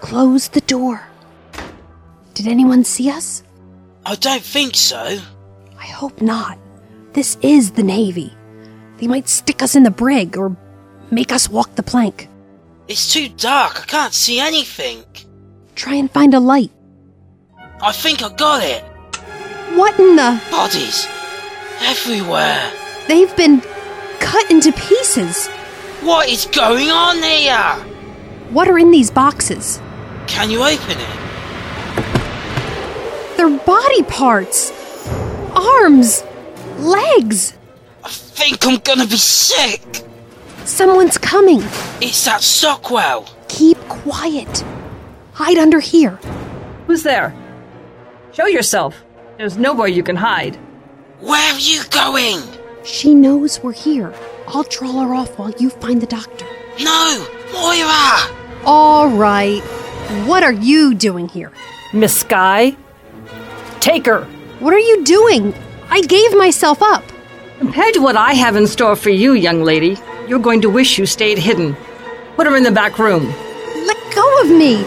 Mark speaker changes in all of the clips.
Speaker 1: Close the door. Did anyone see us?
Speaker 2: I don't think so.
Speaker 1: I hope not. This is the Navy. They might stick us in the brig or make us walk the plank.
Speaker 2: It's too dark. I can't see anything.
Speaker 1: Try and find a light.
Speaker 2: I think I got it.
Speaker 1: What in the?
Speaker 2: Bodies everywhere.
Speaker 1: They've been cut into pieces.
Speaker 2: What is going on here?
Speaker 1: What are in these boxes?
Speaker 2: Can you open it?
Speaker 1: They're body parts, arms, legs.
Speaker 2: I think I'm gonna be sick.
Speaker 1: Someone's coming.
Speaker 2: It's that Stockwell.
Speaker 1: Keep quiet. Hide under here.
Speaker 3: Who's there? Show yourself. There's nowhere you can hide.
Speaker 2: Where are you going?
Speaker 1: She knows we're here. I'll trawl her off while you find the doctor.
Speaker 2: No, Moira!
Speaker 1: All right. What are you doing here?
Speaker 3: Miss Sky? Take her!
Speaker 1: What are you doing? I gave myself up.
Speaker 3: Compared to what I have in store for you, young lady, you're going to wish you stayed hidden. Put her in the back room.
Speaker 1: Let go of me.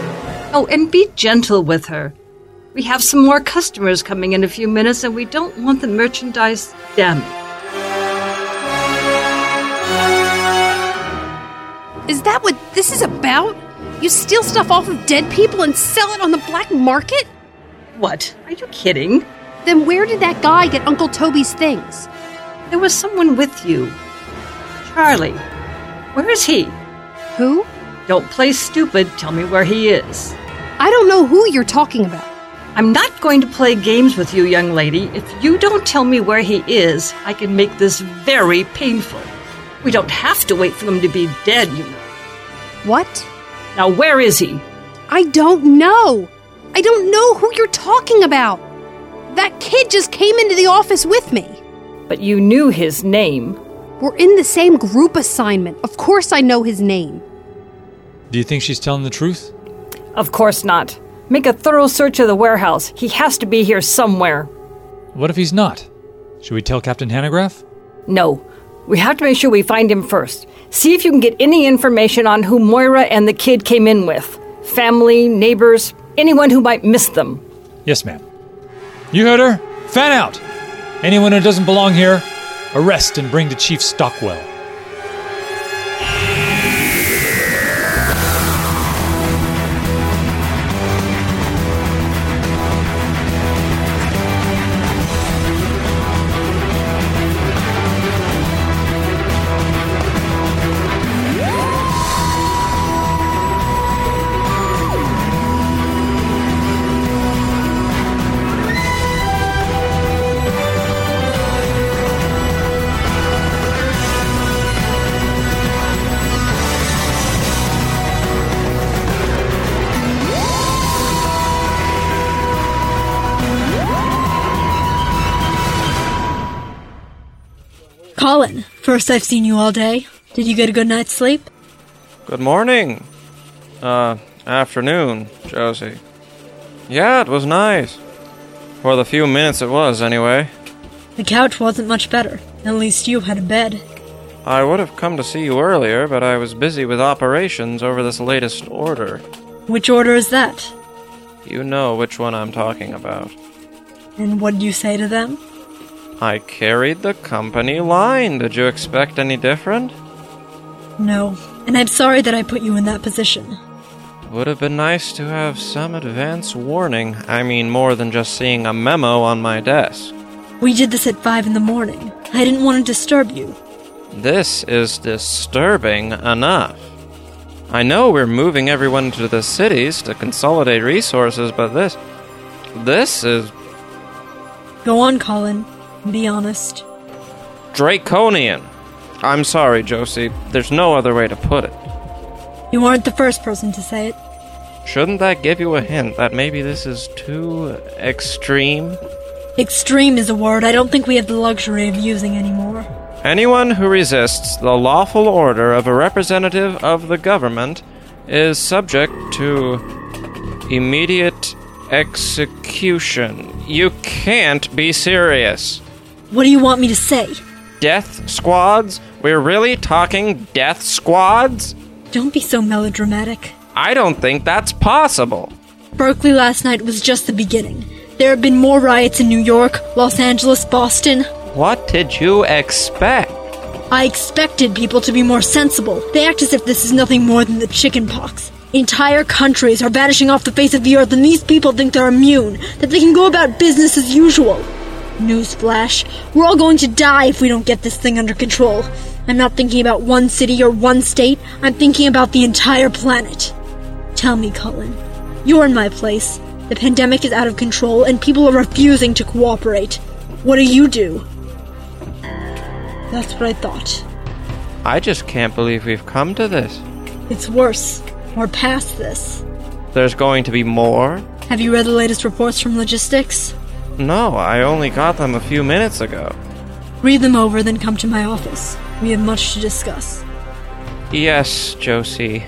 Speaker 3: Oh, and be gentle with her. We have some more customers coming in a few minutes, and we don't want the merchandise damaged.
Speaker 1: Is that what this is about? You steal stuff off of dead people and sell it on the black market?
Speaker 3: What? Are you kidding?
Speaker 1: Then where did that guy get Uncle Toby's things?
Speaker 3: There was someone with you. Charlie. Where is he?
Speaker 1: Who?
Speaker 3: Don't play stupid. Tell me where he is.
Speaker 1: I don't know who you're talking about.
Speaker 3: I'm not going to play games with you, young lady. If you don't tell me where he is, I can make this very painful. We don't have to wait for them to be dead, you know.
Speaker 1: What?
Speaker 3: Now, where is he?
Speaker 1: I don't know. I don't know who you're talking about. That kid just came into the office with me.
Speaker 3: But you knew his name.
Speaker 1: We're in the same group assignment. Of course I know his name.
Speaker 4: Do you think she's telling the truth?
Speaker 3: Of course not. Make a thorough search of the warehouse. He has to be here somewhere.
Speaker 4: What if he's not? Should we tell Captain Hanegraaff?
Speaker 3: No. We have to make sure we find him first. See if you can get any information on who Moira and the kid came in with family, neighbors, anyone who might miss them.
Speaker 4: Yes, ma'am. You heard her. Fan out. Anyone who doesn't belong here, arrest and bring to Chief Stockwell.
Speaker 5: Colin, first I've seen you all day. Did you get a good night's sleep?
Speaker 6: Good morning. Uh, afternoon, Josie. Yeah, it was nice. For the few minutes it was, anyway.
Speaker 5: The couch wasn't much better. At least you had a bed.
Speaker 6: I would have come to see you earlier, but I was busy with operations over this latest order.
Speaker 5: Which order is that?
Speaker 6: You know which one I'm talking about.
Speaker 5: And what did you say to them?
Speaker 6: I carried the company line. Did you expect any different?
Speaker 5: No. And I'm sorry that I put you in that position.
Speaker 6: Would have been nice to have some advance warning. I mean, more than just seeing a memo on my desk.
Speaker 5: We did this at five in the morning. I didn't want to disturb you.
Speaker 6: This is disturbing enough. I know we're moving everyone to the cities to consolidate resources, but this. This is
Speaker 5: Go on, Colin. Be honest.
Speaker 6: draconian. I'm sorry, Josie. There's no other way to put it.
Speaker 5: You aren't the first person to say it.
Speaker 6: Shouldn't that give you a hint that maybe this is too extreme?
Speaker 5: Extreme is a word I don't think we have the luxury of using anymore.
Speaker 6: Anyone who resists the lawful order of a representative of the government is subject to immediate execution. You can't be serious.
Speaker 5: What do you want me to say?
Speaker 6: Death squads? We're really talking death squads?
Speaker 5: Don't be so melodramatic.
Speaker 6: I don't think that's possible.
Speaker 5: Berkeley last night was just the beginning. There have been more riots in New York, Los Angeles, Boston.
Speaker 6: What did you expect?
Speaker 5: I expected people to be more sensible. They act as if this is nothing more than the chicken pox. Entire countries are vanishing off the face of the earth, and these people think they're immune, that they can go about business as usual. Newsflash. We're all going to die if we don't get this thing under control. I'm not thinking about one city or one state, I'm thinking about the entire planet. Tell me, Cullen, you're in my place. The pandemic is out of control, and people are refusing to cooperate. What do you do? That's what I thought.
Speaker 6: I just can't believe we've come to this.
Speaker 5: It's worse. We're past this.
Speaker 6: There's going to be more?
Speaker 5: Have you read the latest reports from logistics?
Speaker 6: No, I only got them a few minutes ago.
Speaker 5: Read them over, then come to my office. We have much to discuss.
Speaker 6: Yes, Josie.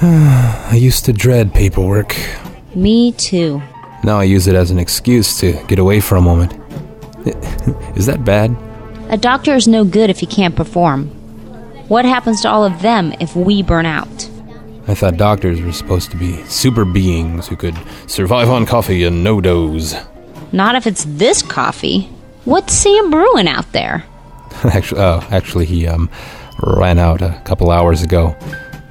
Speaker 7: I used to dread paperwork.
Speaker 8: Me too.
Speaker 7: Now I use it as an excuse to get away for a moment. Is that bad?
Speaker 8: A doctor is no good if he can't perform. What happens to all of them if we burn out?
Speaker 7: I thought doctors were supposed to be super beings who could survive on coffee and no doze.
Speaker 8: Not if it's this coffee. What's Sam brewing out there?
Speaker 7: actually, oh, actually, he um, ran out a couple hours ago.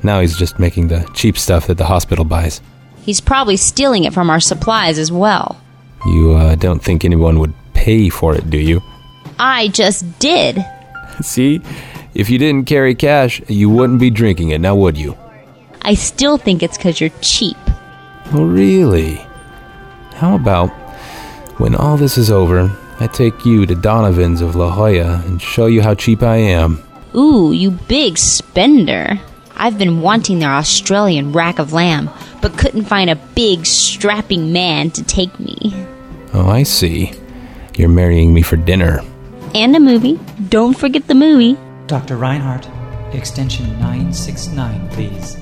Speaker 7: Now he's just making the cheap stuff that the hospital buys.
Speaker 8: He's probably stealing it from our supplies as well.
Speaker 7: You uh, don't think anyone would pay for it, do you?
Speaker 8: I just did.
Speaker 7: See, if you didn't carry cash, you wouldn't be drinking it, now would you?
Speaker 8: I still think it's because you're cheap.
Speaker 7: Oh, really? How about when all this is over, I take you to Donovan's of La Jolla and show you how cheap I am?
Speaker 8: Ooh, you big spender. I've been wanting their Australian rack of lamb, but couldn't find a big, strapping man to take me.
Speaker 7: Oh, I see. You're marrying me for dinner.
Speaker 8: And a movie. Don't forget the movie.
Speaker 9: Dr. Reinhardt, extension 969, please.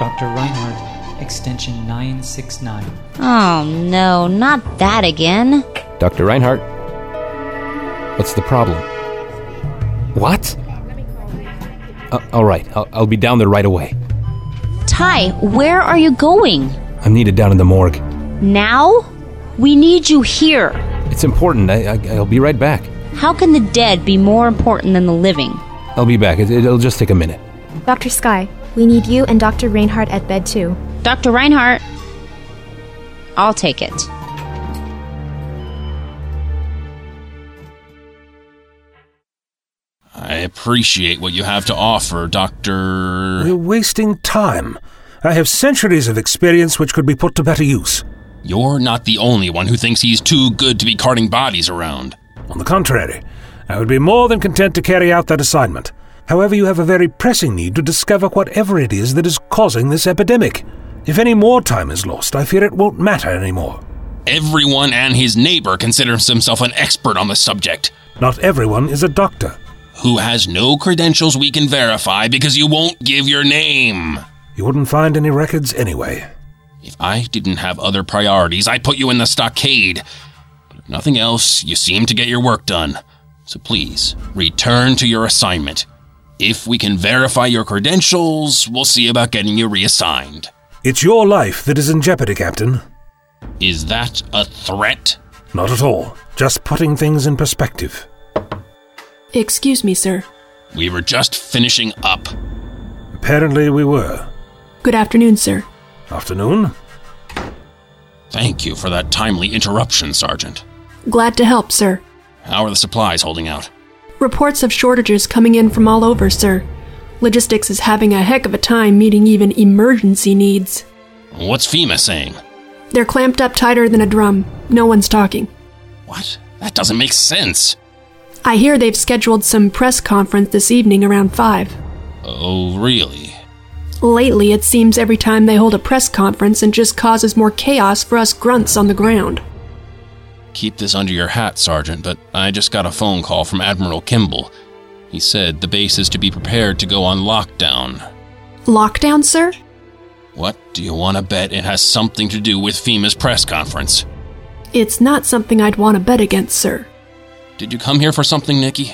Speaker 9: Dr. Reinhardt, extension 969.
Speaker 8: Oh no, not that again.
Speaker 7: Dr. Reinhardt, what's the problem? What? Uh, all right, I'll, I'll be down there right away.
Speaker 8: Ty, where are you going?
Speaker 7: I'm needed down in the morgue.
Speaker 8: Now? We need you here.
Speaker 7: It's important. I, I, I'll be right back.
Speaker 8: How can the dead be more important than the living?
Speaker 7: I'll be back. It, it'll just take a minute.
Speaker 10: Dr. Sky, we need you and Dr. Reinhardt at bed too.
Speaker 8: Dr. Reinhardt, I'll take it.
Speaker 11: I appreciate what you have to offer, Doctor.
Speaker 12: You're wasting time. I have centuries of experience which could be put to better use.
Speaker 11: You're not the only one who thinks he's too good to be carting bodies around.
Speaker 12: On the contrary, I would be more than content to carry out that assignment. However, you have a very pressing need to discover whatever it is that is causing this epidemic. If any more time is lost, I fear it won't matter anymore.
Speaker 11: Everyone and his neighbor considers himself an expert on the subject,
Speaker 12: Not everyone is a doctor.
Speaker 11: who has no credentials we can verify because you won't give your name.
Speaker 12: You wouldn't find any records anyway.
Speaker 11: If I didn't have other priorities, I'd put you in the stockade. But if nothing else, you seem to get your work done. So please, return to your assignment. If we can verify your credentials, we'll see about getting you reassigned.
Speaker 12: It's your life that is in jeopardy, Captain.
Speaker 11: Is that a threat?
Speaker 12: Not at all. Just putting things in perspective.
Speaker 13: Excuse me, sir.
Speaker 11: We were just finishing up.
Speaker 12: Apparently, we were.
Speaker 13: Good afternoon, sir.
Speaker 12: Afternoon?
Speaker 11: Thank you for that timely interruption, Sergeant.
Speaker 13: Glad to help, sir.
Speaker 11: How are the supplies holding out?
Speaker 13: Reports of shortages coming in from all over, sir. Logistics is having a heck of a time meeting even emergency needs.
Speaker 11: What's FEMA saying?
Speaker 13: They're clamped up tighter than a drum. No one's talking.
Speaker 11: What? That doesn't make sense.
Speaker 13: I hear they've scheduled some press conference this evening around 5.
Speaker 11: Oh, really?
Speaker 13: Lately, it seems every time they hold a press conference, it just causes more chaos for us grunts on the ground.
Speaker 11: Keep this under your hat, Sergeant, but I just got a phone call from Admiral Kimball. He said the base is to be prepared to go on lockdown.
Speaker 13: Lockdown, sir?
Speaker 11: What do you want to bet it has something to do with FEMA's press conference?
Speaker 13: It's not something I'd want to bet against, sir.
Speaker 11: Did you come here for something, Nikki?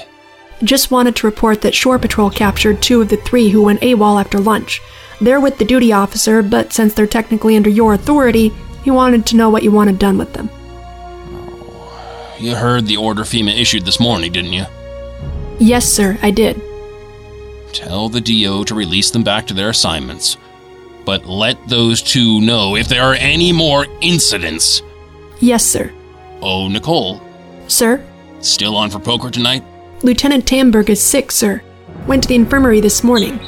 Speaker 13: Just wanted to report that Shore Patrol captured two of the three who went AWOL after lunch. They're with the duty officer, but since they're technically under your authority, he wanted to know what you wanted done with them.
Speaker 11: You heard the order FEMA issued this morning, didn't you?
Speaker 13: Yes, sir, I did.
Speaker 11: Tell the DO to release them back to their assignments. But let those two know if there are any more incidents.
Speaker 13: Yes, sir.
Speaker 11: Oh, Nicole,
Speaker 13: Sir?
Speaker 11: still on for poker tonight?
Speaker 13: Lieutenant Tamberg is sick, sir. Went to the infirmary this morning.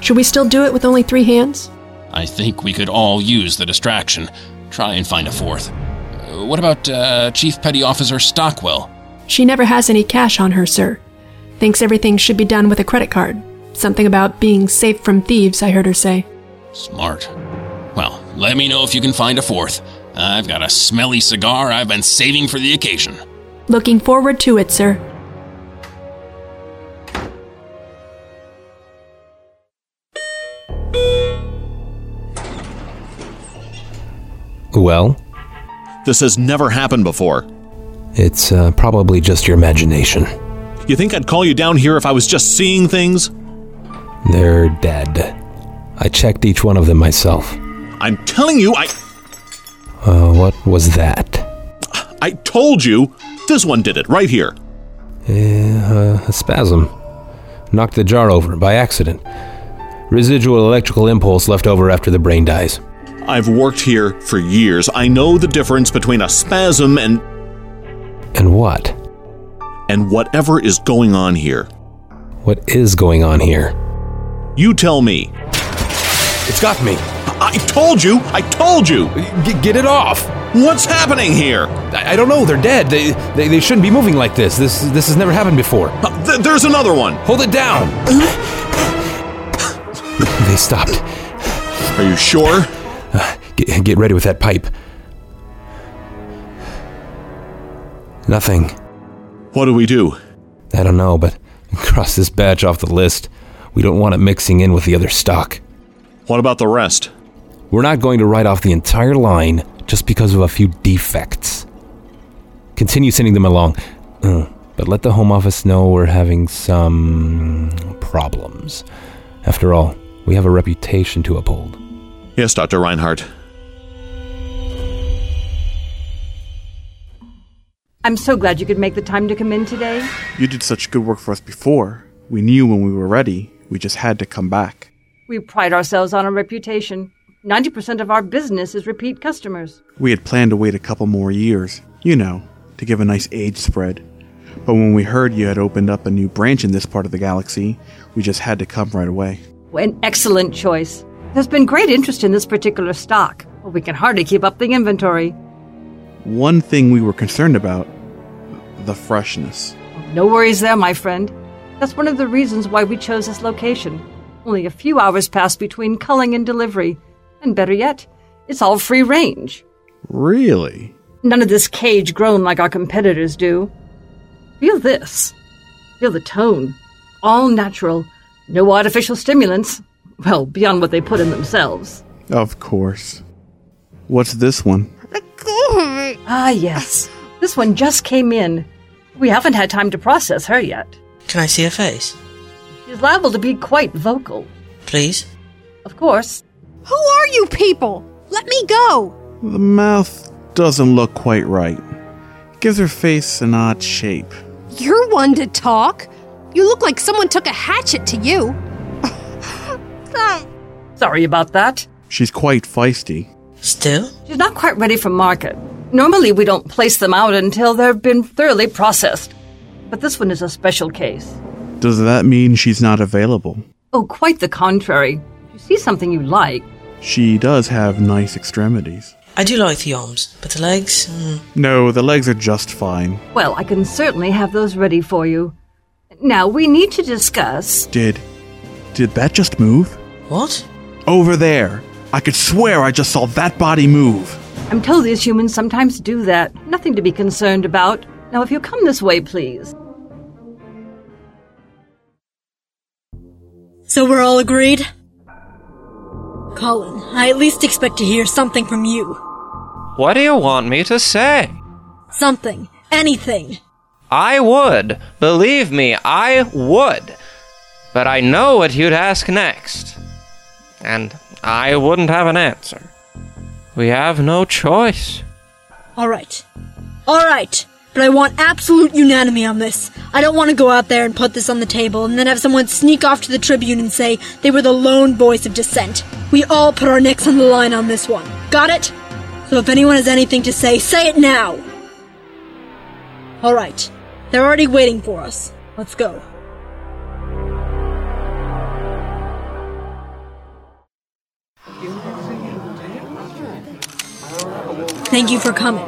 Speaker 13: Should we still do it with only three hands?
Speaker 11: I think we could all use the distraction. Try and find a fourth. Uh, What about uh, Chief Petty Officer Stockwell?
Speaker 13: She never has any cash on her, sir. Thinks everything should be done with a credit card. Something about being safe from thieves, I heard her say.
Speaker 11: Smart. Well, let me know if you can find a fourth. I've got a smelly cigar I've been saving for the occasion.
Speaker 13: Looking forward to it, sir.
Speaker 7: Well,
Speaker 14: This has never happened before.
Speaker 7: it's uh, probably just your imagination.
Speaker 14: You think I'd call you down here if I was just seeing things?
Speaker 7: They're dead. I checked each one of them myself.
Speaker 14: I'm telling you, I
Speaker 7: Uh, what was that?
Speaker 14: I told you. This one did it right here.
Speaker 7: Eh, uh, a spasm. Knocked the jar over by accident. Residual electrical impulse left over after the brain dies.
Speaker 14: I've worked here for years. I know the difference between a spasm and
Speaker 7: and what?
Speaker 14: And whatever is going on here.
Speaker 7: What is going on here?
Speaker 14: You tell me.
Speaker 15: It's got me.
Speaker 14: I told you. I told you.
Speaker 15: get it off.
Speaker 14: What's happening here?
Speaker 15: I, I don't know. They're dead. They, they they shouldn't be moving like this. This this has never happened before.
Speaker 14: Uh, Th- there's another one.
Speaker 15: Hold it down.
Speaker 7: They stopped. Uh,
Speaker 14: Are you sure?
Speaker 7: Get, get ready with that pipe. Nothing.
Speaker 14: What do we do?
Speaker 7: I don't know, but cross this batch off the list. We don't want it mixing in with the other stock.
Speaker 14: What about the rest?
Speaker 7: We're not going to write off the entire line just because of a few defects. Continue sending them along, Uh, but let the Home Office know we're having some problems. After all, we have a reputation to uphold.
Speaker 14: Yes, Dr. Reinhardt.
Speaker 3: I'm so glad you could make the time to come in today.
Speaker 16: You did such good work for us before. We knew when we were ready. We just had to come back.
Speaker 3: We pride ourselves on our reputation. 90% of our business is repeat customers.
Speaker 16: We had planned to wait a couple more years, you know, to give a nice age spread. But when we heard you had opened up a new branch in this part of the galaxy, we just had to come right away.
Speaker 3: An excellent choice. There's been great interest in this particular stock, but we can hardly keep up the inventory.
Speaker 16: One thing we were concerned about the freshness.
Speaker 3: No worries there, my friend. That's one of the reasons why we chose this location. Only a few hours pass between culling and delivery. And better yet, it's all free range.
Speaker 16: Really?
Speaker 3: None of this cage grown like our competitors do. Feel this. Feel the tone. All natural. No artificial stimulants. Well, beyond what they put in themselves.
Speaker 16: Of course. What's this one?
Speaker 3: Ah, yes. This one just came in. We haven't had time to process her yet.
Speaker 2: Can I see her face?
Speaker 3: She's liable to be quite vocal.
Speaker 2: Please?
Speaker 3: Of course.
Speaker 1: Who are you people? Let me go!
Speaker 16: The mouth doesn't look quite right. Gives her face an odd shape.
Speaker 1: You're one to talk. You look like someone took a hatchet to you.
Speaker 3: Sorry about that.
Speaker 16: She's quite feisty.
Speaker 2: Still?
Speaker 3: She's not quite ready for market. Normally, we don't place them out until they've been thoroughly processed. But this one is a special case.
Speaker 16: Does that mean she's not available?
Speaker 3: Oh, quite the contrary. If you see something you like,
Speaker 16: She does have nice extremities.
Speaker 2: I do like the arms, but the legs? Mm.
Speaker 16: No, the legs are just fine.
Speaker 3: well, I can certainly have those ready for you. Now, we need to discuss.
Speaker 16: Did. Did that just move?
Speaker 2: What?
Speaker 16: Over there! I could swear I just saw that body move!
Speaker 3: I'm told these humans sometimes do that. Nothing to be concerned about. Now, if you come this way, please.
Speaker 5: So we're all agreed? Colin, I at least expect to hear something from you.
Speaker 6: What do you want me to say?
Speaker 5: Something. Anything.
Speaker 6: I would. Believe me, I would. But I know what you'd ask next. And I wouldn't have an answer. We have no choice.
Speaker 5: All right. All right. But I want absolute unanimity on this. I don't want to go out there and put this on the table and then have someone sneak off to the Tribune and say they were the lone voice of dissent. We all put our necks on the line on this one. Got it? So if anyone has anything to say, say it now! All right. They're already waiting for us. Let's go. Thank you for coming.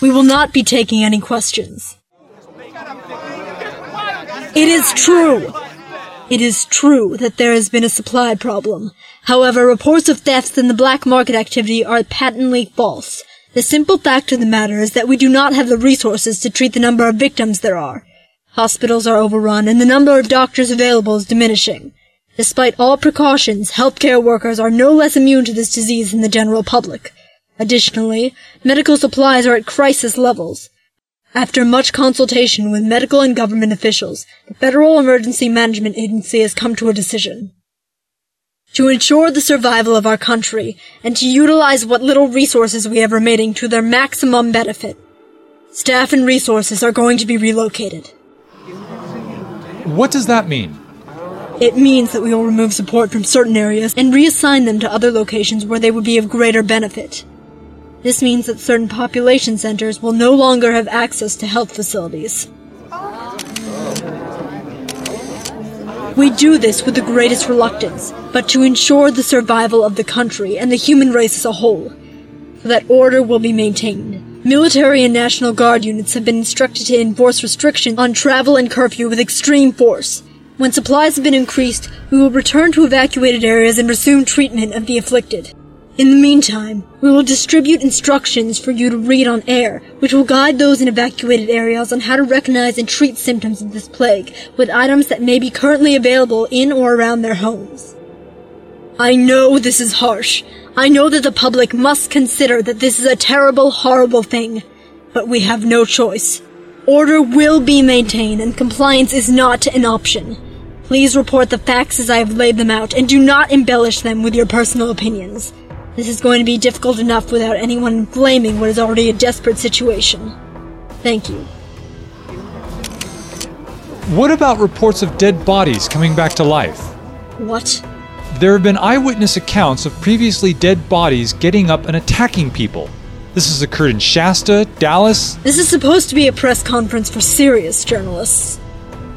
Speaker 5: We will not be taking any questions. It is true. It is true that there has been a supply problem. However, reports of thefts and the black market activity are patently false. The simple fact of the matter is that we do not have the resources to treat the number of victims there are. Hospitals are overrun and the number of doctors available is diminishing. Despite all precautions, healthcare workers are no less immune to this disease than the general public. Additionally, medical supplies are at crisis levels. After much consultation with medical and government officials, the Federal Emergency Management Agency has come to a decision. To ensure the survival of our country and to utilize what little resources we have remaining to their maximum benefit, staff and resources are going to be relocated.
Speaker 4: What does that mean?
Speaker 5: It means that we will remove support from certain areas and reassign them to other locations where they would be of greater benefit. This means that certain population centers will no longer have access to health facilities. We do this with the greatest reluctance, but to ensure the survival of the country and the human race as a whole. So that order will be maintained. Military and National Guard units have been instructed to enforce restrictions on travel and curfew with extreme force. When supplies have been increased, we will return to evacuated areas and resume treatment of the afflicted. In the meantime, we will distribute instructions for you to read on air, which will guide those in evacuated areas on how to recognize and treat symptoms of this plague with items that may be currently available in or around their homes. I know this is harsh. I know that the public must consider that this is a terrible, horrible thing. But we have no choice. Order will be maintained and compliance is not an option. Please report the facts as I have laid them out and do not embellish them with your personal opinions. This is going to be difficult enough without anyone blaming what is already a desperate situation. Thank you.
Speaker 4: What about reports of dead bodies coming back to life?
Speaker 5: What?
Speaker 4: There have been eyewitness accounts of previously dead bodies getting up and attacking people. This has occurred in Shasta, Dallas.
Speaker 5: This is supposed to be a press conference for serious journalists.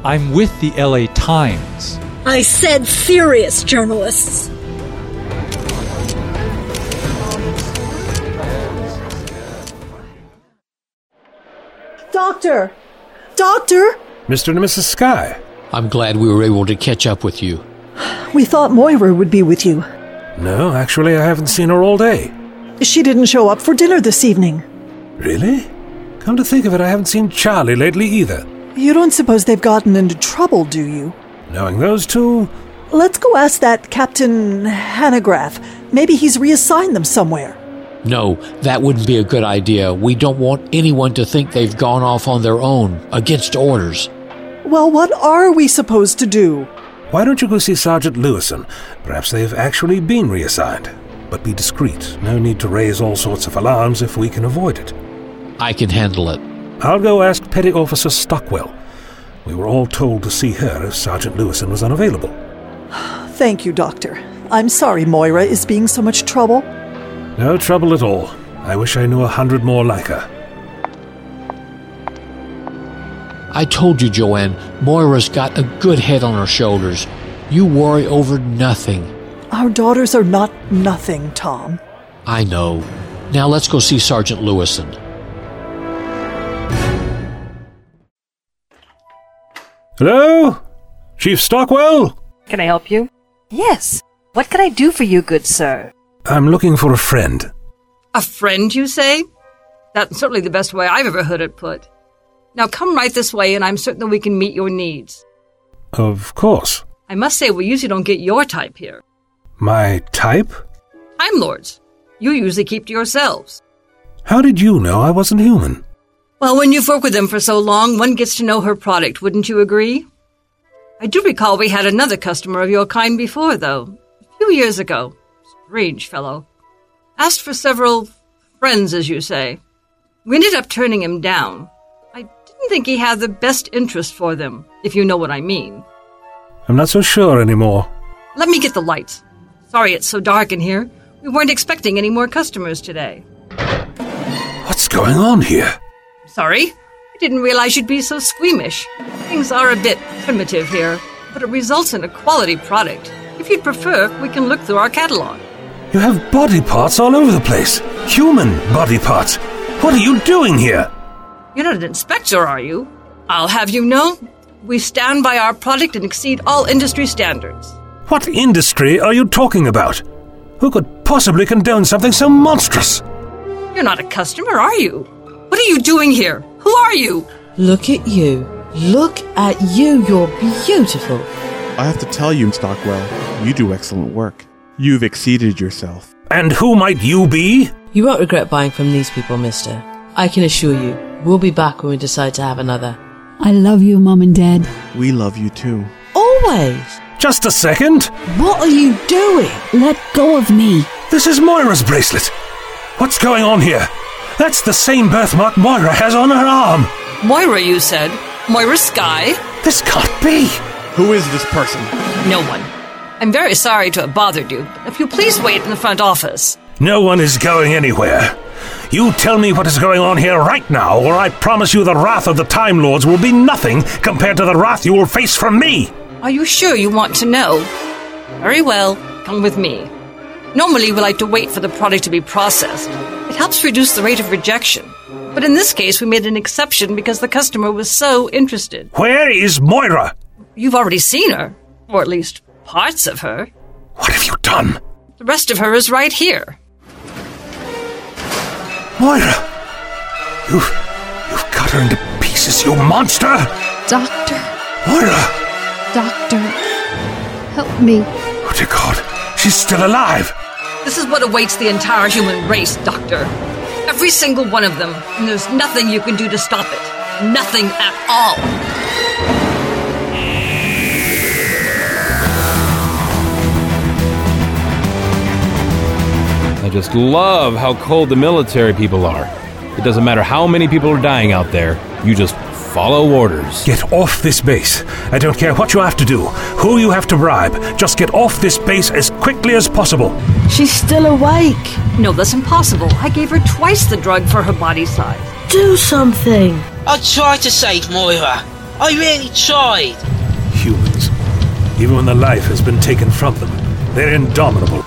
Speaker 4: I'm with the LA Times.
Speaker 5: I said serious journalists.
Speaker 17: Doctor! Doctor!
Speaker 12: Mr. and Mrs. Sky.
Speaker 18: I'm glad we were able to catch up with you.
Speaker 17: We thought Moira would be with you.
Speaker 12: No, actually, I haven't seen her all day.
Speaker 17: She didn't show up for dinner this evening.
Speaker 12: Really? Come to think of it, I haven't seen Charlie lately either.
Speaker 17: You don't suppose they've gotten into trouble, do you?
Speaker 12: Knowing those two,
Speaker 17: Let's go ask that Captain Hanegraaff. Maybe he's reassigned them somewhere.
Speaker 18: No, that wouldn't be a good idea. We don't want anyone to think they've gone off on their own, against orders.
Speaker 17: Well, what are we supposed to do?
Speaker 12: why don't you go see Sergeant Lewison? Perhaps they have actually been reassigned. But be discreet. No need to raise all sorts of alarms if we can avoid it.
Speaker 18: I can handle it.
Speaker 12: I'll go ask Petty Officer Stockwell. We were all told to see her if Sergeant Lewison was unavailable.
Speaker 17: Thank you, Doctor. I'm sorry Moira is being so much trouble.
Speaker 12: No trouble at all. I wish I knew a hundred more like her.
Speaker 18: I told you, Joanne, Moira's got a good head on her shoulders. You worry over nothing.
Speaker 17: Our daughters are not nothing, Tom.
Speaker 18: I know. Now let's go see Sergeant Lewison.
Speaker 12: Hello? Chief Stockwell?
Speaker 19: Can I help you? Yes. What can I do for you, good sir?
Speaker 12: I'm looking for a friend.
Speaker 3: A friend, you say? That's certainly the best way I've ever heard it put. Now come right this way, and I'm certain that we can meet your needs.
Speaker 12: Of course.
Speaker 3: I must say, we usually don't get your type here.
Speaker 12: My type?
Speaker 3: Time Lords, you usually keep to yourselves.
Speaker 12: How did you know I wasn't human?
Speaker 3: Well, when you've worked with them for so long, one gets to know her product, wouldn't you agree? I do recall we had another customer of your kind before, though. A few years ago. Strange fellow. Asked for several friends, as you say. We ended up turning him down. I didn't think he had the best interest for them, if you know what I mean.
Speaker 12: I'm not so sure anymore.
Speaker 3: Let me get the lights. Sorry it's so dark in here. We weren't expecting any more customers today.
Speaker 12: What's going on here?
Speaker 3: Sorry. I didn't realize you'd be so squeamish. Things are a bit primitive here, but it results in a quality product. If you'd prefer, we can look through our catalog.
Speaker 12: You have body parts all over the place. Human body parts. What are you doing here?
Speaker 3: You're not an inspector, are you? I'll have you know, we stand by our product and exceed all industry standards.
Speaker 12: What industry are you talking about? Who could possibly condone something so monstrous?
Speaker 3: You're not a customer, are you? What are you doing here? Who are you?
Speaker 20: Look at you. Look at you. You're beautiful.
Speaker 16: I have to tell you, Stockwell, you do excellent work. You've exceeded yourself.
Speaker 12: And who might you be?
Speaker 20: You won't regret buying from these people, mister. I can assure you, we'll be back when we decide to have another.
Speaker 21: I love you, Mum and Dad.
Speaker 16: We love you too.
Speaker 20: Always!
Speaker 12: Just a second.
Speaker 20: What are you doing? Let go of me.
Speaker 12: This is Moira's bracelet. What's going on here? That's the same birthmark Moira has on her arm.
Speaker 3: Moira, you said? Moira Sky?
Speaker 12: This can't be.
Speaker 16: Who is this person?
Speaker 3: No one. I'm very sorry to have bothered you, but if you please wait in the front office.
Speaker 12: No one is going anywhere. You tell me what is going on here right now, or I promise you the wrath of the Time Lords will be nothing compared to the wrath you will face from me.
Speaker 3: Are you sure you want to know? Very well, come with me. Normally, we like to wait for the product to be processed. It helps reduce the rate of rejection. But in this case, we made an exception because the customer was so interested.
Speaker 12: Where is Moira?
Speaker 3: You've already seen her, or at least parts of her.
Speaker 12: What have you done?
Speaker 3: The rest of her is right here.
Speaker 12: Moira! You've, you've cut her into pieces, you monster!
Speaker 1: Doctor,
Speaker 12: Moira!
Speaker 1: doctor, help me.
Speaker 12: Oh dear God, she's still alive!
Speaker 3: This is what awaits the entire human race, Doctor. Every single one of them, and there's nothing you can do to stop it. Nothing at all.
Speaker 7: I just love how cold the military people are. It doesn't matter how many people are dying out there, you just follow orders.
Speaker 12: Get off this base. I don't care what you have to do, who you have to bribe. Just get off this base as quickly as possible.
Speaker 20: She's still awake.
Speaker 3: No, that's impossible. I gave her twice the drug for her body size.
Speaker 20: Do something.
Speaker 2: I tried to save Moira. I really tried.
Speaker 12: Humans, even when their life has been taken from them, they're indomitable.